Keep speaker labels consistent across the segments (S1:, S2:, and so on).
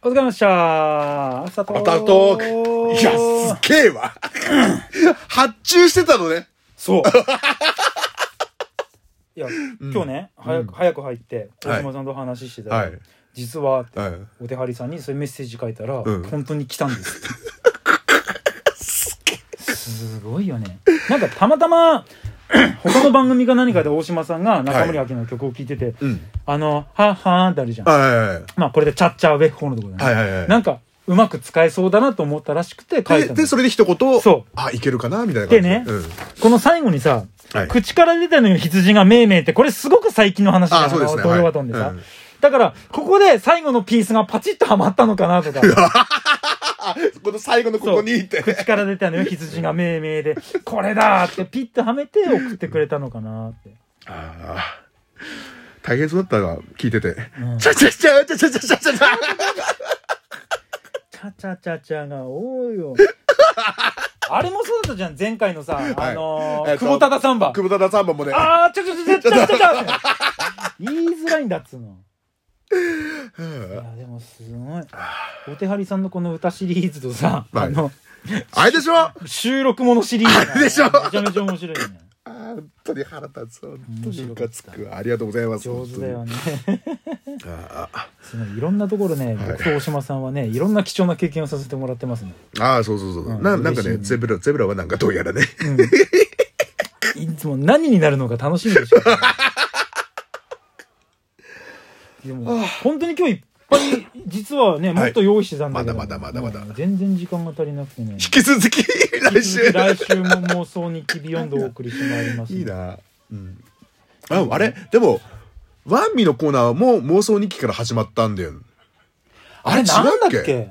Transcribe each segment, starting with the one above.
S1: お疲れ様でした。アフタートー
S2: ア
S1: ク。
S2: フタートーク。いや、すっげえわ。発注してたのね。
S1: そう。 いや、今日ね、早く、早く入って、
S2: はい
S1: 大島さんとお話ししてた
S2: は
S1: ら
S2: い、
S1: 実はって、
S2: はい
S1: お手張りさんにそういうメッセージ書いたら、
S2: うん
S1: 本当に来たんですって。すごいよね。なんかたまたま、 他の番組か何かで大島さんが中森明菜の曲を聴いてて、
S2: うん。
S1: あの、はっはーんってあるじゃん。
S2: は
S1: まあこれでチャッチャーウェッホーのところ
S2: い
S1: だ
S2: は
S1: ね。
S2: いはい。はい
S1: なんか、うまく使えそうだなと思ったらしくて書い
S2: で、
S1: たの
S2: で、それで一言、
S1: そう
S2: あ、いけるかなみたいな感
S1: で
S2: じ。
S1: ね
S2: うん。
S1: この最後にさ、
S2: はい
S1: 口から出たのよ羊がめいめいって、これすごく最近の話だ
S2: あそう
S1: よ
S2: です
S1: な、
S2: ね
S1: 童謡が飛んで
S2: は
S1: さ
S2: いうん。
S1: だから、ここで最後のピースがパチッとはまったのかなとか、
S2: この最後のここにって。
S1: 口から出たのよ羊がめいめいで、これだーってピッとはめて送ってくれたのかなって。
S2: ああ。大変そうだったわ、聞いてて。ちゃちゃちゃちゃちゃちゃちゃちゃちゃ。
S1: チャチャチャチャが多い よ。あれもそうだったじゃん、前回のさ、あの
S2: え
S1: ー、
S2: っと
S1: 久保田田サンバ。
S2: 久保田田さんばもね。
S1: あー、ちゃちゃちゃちゃちゃちゃって言いづらいんだっつうの。いや、でもすごい。お手張りさんのこの歌シリーズとさ、
S2: はい
S1: あの、
S2: あれでしょあ
S1: 収録ものシリーズが
S2: あれでしょ
S1: めちゃめちゃ面白いよね。
S2: ー本当に腹立つ。
S1: 面
S2: 本当に
S1: 白
S2: ム
S1: かった
S2: カつく。ありがとうございます。
S1: 上手だよね。
S2: 本当に。ああ
S1: すごいいろんなところね、僕と大島さんはね、いろんな貴重な経験をさせてもらってますね。
S2: ああ、そうそうそう。
S1: うん
S2: ななん
S1: 嬉
S2: か
S1: しいね
S2: ね、ゼブラ、ゼブラはなんかどうやらね。
S1: いつも何になるのか楽しみでしょうがない。 でも、本当に今日いっぱい、実はね、もっと用意してたんだけど、
S2: まだまだまだまだ
S1: うん全然時間が足りなくてね。
S2: 引き続き、来週。
S1: 来週も妄想にきび音頭をお送りしてまいります、
S2: いいな。うん。あ、あれでも、ワンミのコーナーはもう妄想日記から始まったんだよ。
S1: あれ
S2: 違う
S1: なんだっけ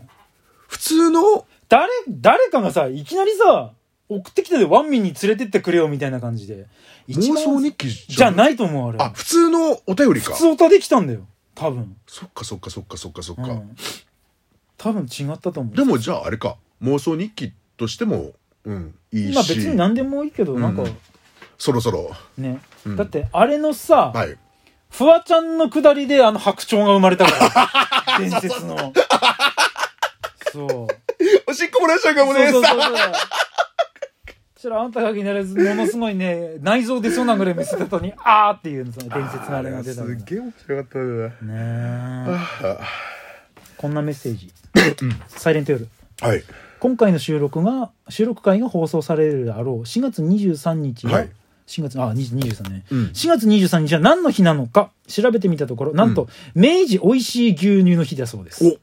S2: 普通の、
S1: 誰、誰かがさ、いきなりさ、送ってきたでワンミンに連れてってくれよみたいな感じで。一
S2: 妄
S1: 番
S2: 想日記
S1: じゃ
S2: い。
S1: ないと思う、あれ。
S2: あ、普通のお便りか
S1: 普。通歌できたんだよ。多分。
S2: そっかそっかそっかそっかそっ
S1: う
S2: か。
S1: ん。多分違ったと思
S2: で
S1: う。
S2: もじゃああれか、妄想日記としても、うん、いい
S1: 今別
S2: し
S1: に、何でもいいけど、なんか、
S2: そろそろ。
S1: ね。
S2: ん
S1: だって、あれのさ、
S2: はい。
S1: フワちゃんのくだりであの白鳥が生まれた から。伝説の。そう。
S2: おしっこ漏らしちゃうかもね。
S1: そうそうそうそう。そしたらあんたがきにならず、ものすごいね、内臓出そうなぐらい見せた後に、あーっていうその伝説のあれが出た
S2: す
S1: のね
S2: っげえ面白かった
S1: え。
S2: な。
S1: こんなメッセージ。サイレント夜。
S2: はい。
S1: 今回の収録が、収録会が放送されるであろう4月23日は、
S2: はい
S1: 4月、あ、20 23ね、
S2: ん
S1: 4月23日は何の日なのか調べてみたところ、なんと、明治美味しい牛乳の日だそうです。
S2: お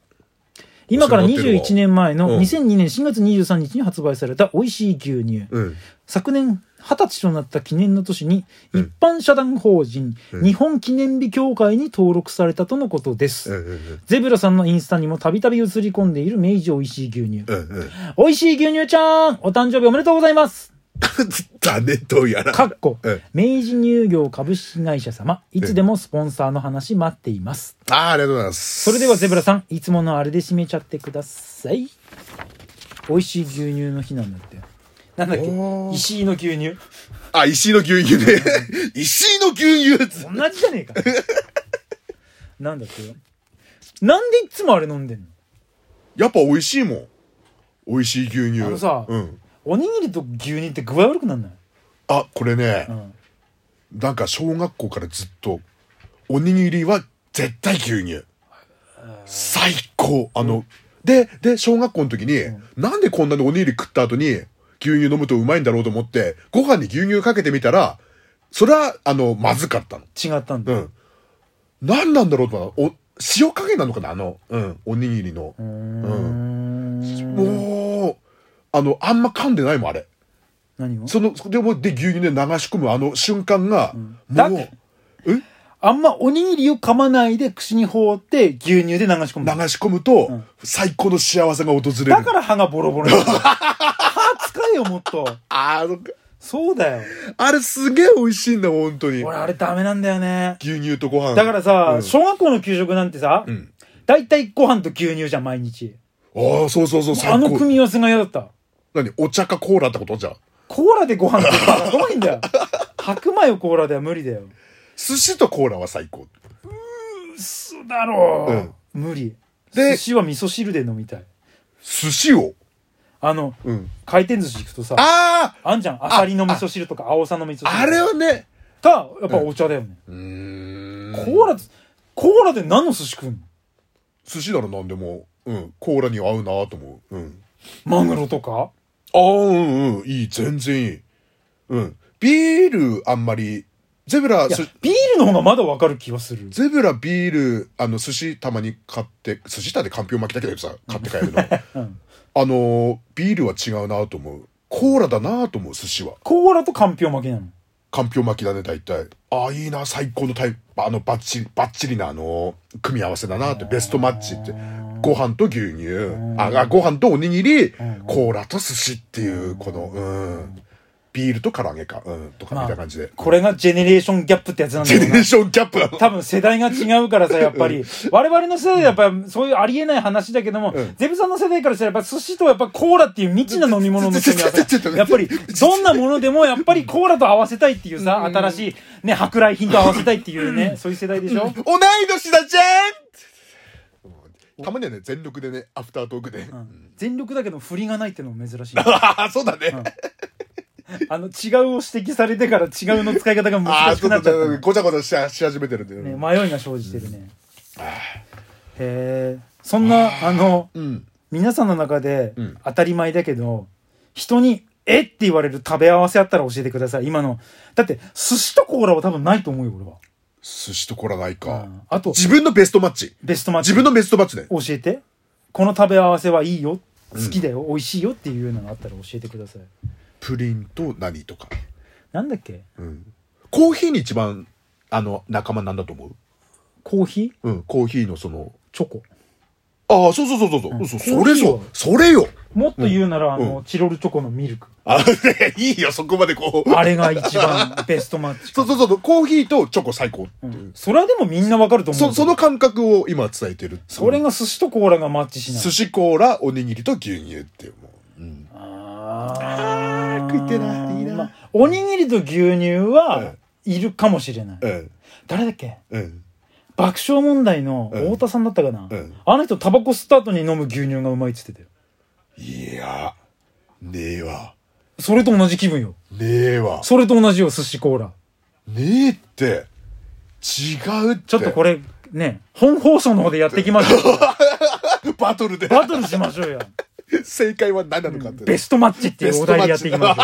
S1: 今から
S2: お世話になってるわ
S1: 21年前
S2: う
S1: の
S2: ん
S1: 2002年4月23日に発売された美味しい牛乳。
S2: うん。
S1: 昨年20歳となった記念の年に一般社団法人日本記念日協会に登録されたとのことです、
S2: うんうん
S1: ゼブラさんのインスタにもたびたび映り込んでいる明治おいしい牛乳、
S2: うん。うんうん。
S1: おいしい牛乳ちゃんお誕生日おめでとうございます
S2: だね、どうやら。
S1: かっこ、
S2: うん
S1: 明治乳業株式会社様いつでもスポンサーの話待っています、
S2: ああ、ありがとうございます。
S1: それではゼブラさんいつものあれで締めちゃってくださいおいしい牛乳の日なんだってなんだっ
S2: お
S1: け
S2: ー
S1: 石井の牛乳
S2: あ、石井の牛乳ね。 石井の牛乳
S1: 同じじゃねえか なんだってよなんでいつもあれ飲んでんの
S2: やっぱ美味しいもん。美味しい牛乳。
S1: あのさ
S2: うん。
S1: おにぎりと牛乳って具合悪くなんない、
S2: あ、これね
S1: う、ん、
S2: なんか小学校からずっと、おにぎりは絶対牛乳。最高。あの、で、で、小学校の時に、なんでこんなにおにぎり食った後に、牛乳飲むとうまいんだろうと思って、ご飯に牛乳かけてみたら、それは、あの、まずかったの。
S1: 違ったんだ、
S2: うん。何なんだろうとか、お、塩加減なのかなあの、うん、おにぎりの。
S1: うん
S2: もう、あの、あんま噛んでないもん、あれ。
S1: 何を
S2: その、それでもって牛乳で流し込むあの瞬間が、
S1: だっ
S2: もう、
S1: て
S2: え
S1: あんまおにぎりを噛まないで口に放って牛乳で流し込む
S2: 流し込むと、最高の幸せが訪れる。
S1: だから歯がボロボロになる歯使えよもっと
S2: あの、
S1: そうだよ
S2: あれすげえ美味しいんだ、本当に。
S1: 俺あれダメなんだよね
S2: 牛乳とご飯。
S1: だからさ、
S2: うん
S1: 小学校の給食なんてさ、
S2: ん
S1: 大体ご飯と牛乳じゃん毎日
S2: ああ、そうそうそう、最
S1: あ
S2: 高。
S1: の組み合わせが嫌だった
S2: 何お茶かコーラってことじゃん。
S1: コーラでご飯食ったらどういいんだ よ。白米をコーラでは無理だよ。
S2: 寿司とコーラは最高。
S1: 嘘だろう、無理。
S2: で
S1: 寿司は味噌汁で飲みたい
S2: 寿司を、
S1: あの
S2: うん、
S1: 回転寿司行くとさあ
S2: あ
S1: んじゃんアサリの味噌汁とか青さの味噌汁
S2: ああれはね
S1: たやっぱお茶だよね、
S2: うーん
S1: コーラコーラで何の寿司食うの
S2: 寿司なら何でも、うん、コーラに合うなと思う、うん、
S1: マグロとか
S2: ああうんうんいい全然いい、うん、ビールあんまりゼブラ
S1: いや
S2: す
S1: ビールの方がまだわかる気はする
S2: ゼブラビールあの寿司たまに買って寿司たでかんぴょう巻きだけどさ買って帰るの
S1: う ん
S2: あのービールは違うなと思うコーラだなと思う寿司は
S1: コーラとかんぴょう巻きなの
S2: かんぴょう巻きだね大体ああいいな最高のタイプあのバッチリバッチリなあの組み合わせだなってベストマッチってご飯と牛乳ああご飯とおにぎり
S1: ん
S2: コーラと寿司っていうこのうんビールと唐揚げかうんとかみたいな感じで
S1: これがジェネレーションギャップってやつなんだ
S2: ジェ
S1: よ
S2: ネ
S1: な
S2: レーションギャップ
S1: 多分世代が違うからさ、やっぱり。我々の世代はやっぱりそういうありえない話だけども、
S2: うん
S1: ゼブさんの世代からしたらやっぱ寿司とやっぱコーラっていう未知な飲み物の組み合わ
S2: ちょっと
S1: せ。
S2: 待って
S1: やっぱりどんなものでもやっぱりコーラと合わせたいっていうさ、新しいね、舶来品と合わせたいっていうね、そういう世代でしょ
S2: 同い年だじゃんたまにはね全力でねアフタートークで
S1: 全力だけど振りがないっていうのも珍しい。
S2: ああ そうだね
S1: あの、違うを指摘されてから違うの使い方が
S2: ああ
S1: 難し
S2: ち
S1: く
S2: ょ
S1: な
S2: っ
S1: っちゃった
S2: と
S1: ね。
S2: ごちゃごちゃしし始めてるんだよ
S1: ね
S2: ね
S1: 迷いが生じてるね。へえ。そんな、あの、
S2: うん
S1: 皆さんの中で
S2: うん
S1: 当たり前だけど、人に「えっ?」て言われる食べ合わせあったら教えてください今のだって寿司とコーラは多分ないと思うよ俺は
S2: 寿司とこらないか
S1: うんあと
S2: 自分のベストマッチ
S1: ベストマッチ
S2: 自分のベストマッチね
S1: 教えてこの食べ合わせはいいよ好きだよ、美味しいよっていうようなのがあったら教えてください
S2: プリンと何とか、
S1: なんだっけ
S2: うん、コーヒーに一番あの仲間なんだと思う
S1: コーヒー
S2: うんコーヒーのその
S1: チョコ
S2: ああそうそうそうそうそう、そ
S1: コ
S2: う
S1: ー
S2: それ
S1: ヒーは
S2: ぞそれよ
S1: もっと言うなら、
S2: うん
S1: あのチロルチョコのミルク
S2: あ いいよそこまでこう
S1: あれが一番ベストマ ッチ
S2: そうそうそうそうコーヒーとチョコ最高っていう、
S1: それはでもみんなわかると思う
S2: そその感覚を今伝えてる
S1: それが寿司とコーラがマッチしない
S2: 寿司コーラおにぎりと牛乳っていうもう、うん、
S1: あ
S2: ー食いてえないいな
S1: まあおにぎりと牛乳は
S2: え
S1: いるかもしれない、
S2: うん
S1: 誰だっけ
S2: うん
S1: 爆笑問題の
S2: ええ
S1: 太田さんだったかな、
S2: ええ
S1: あの人タバコ吸った後に飲む牛乳がうまいっつってたよ
S2: いやねえわ
S1: それと同じ気分よ
S2: ねえわ
S1: それと同じよ寿司コーラ
S2: ねえって違うって
S1: ちょっとこれね本放送の方でやっていきましょう
S2: バトルで
S1: バトルしましょうよ
S2: 正解は何なのかって、
S1: ベストマッチっていうお題でやっていきましょう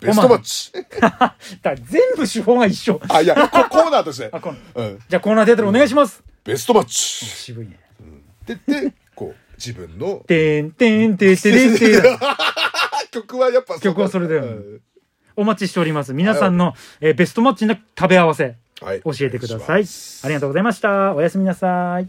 S2: ベストマッチ
S1: だから全部手法が一緒
S2: あいやこコーナーとして
S1: あこの
S2: うん、
S1: じゃあコーナーでやったらお願いします、
S2: ベストマッチ
S1: 渋いね
S2: って言ってこう自分の
S1: てんてんてんてんてん てん
S2: 曲はやっぱ
S1: 曲はそれだよね
S2: うん
S1: お待ちしております。皆さんの、えーベストマッチな食べ合わせ、
S2: はい
S1: 教えてください。
S2: お願します
S1: ありがとうございました。おやすみなさい。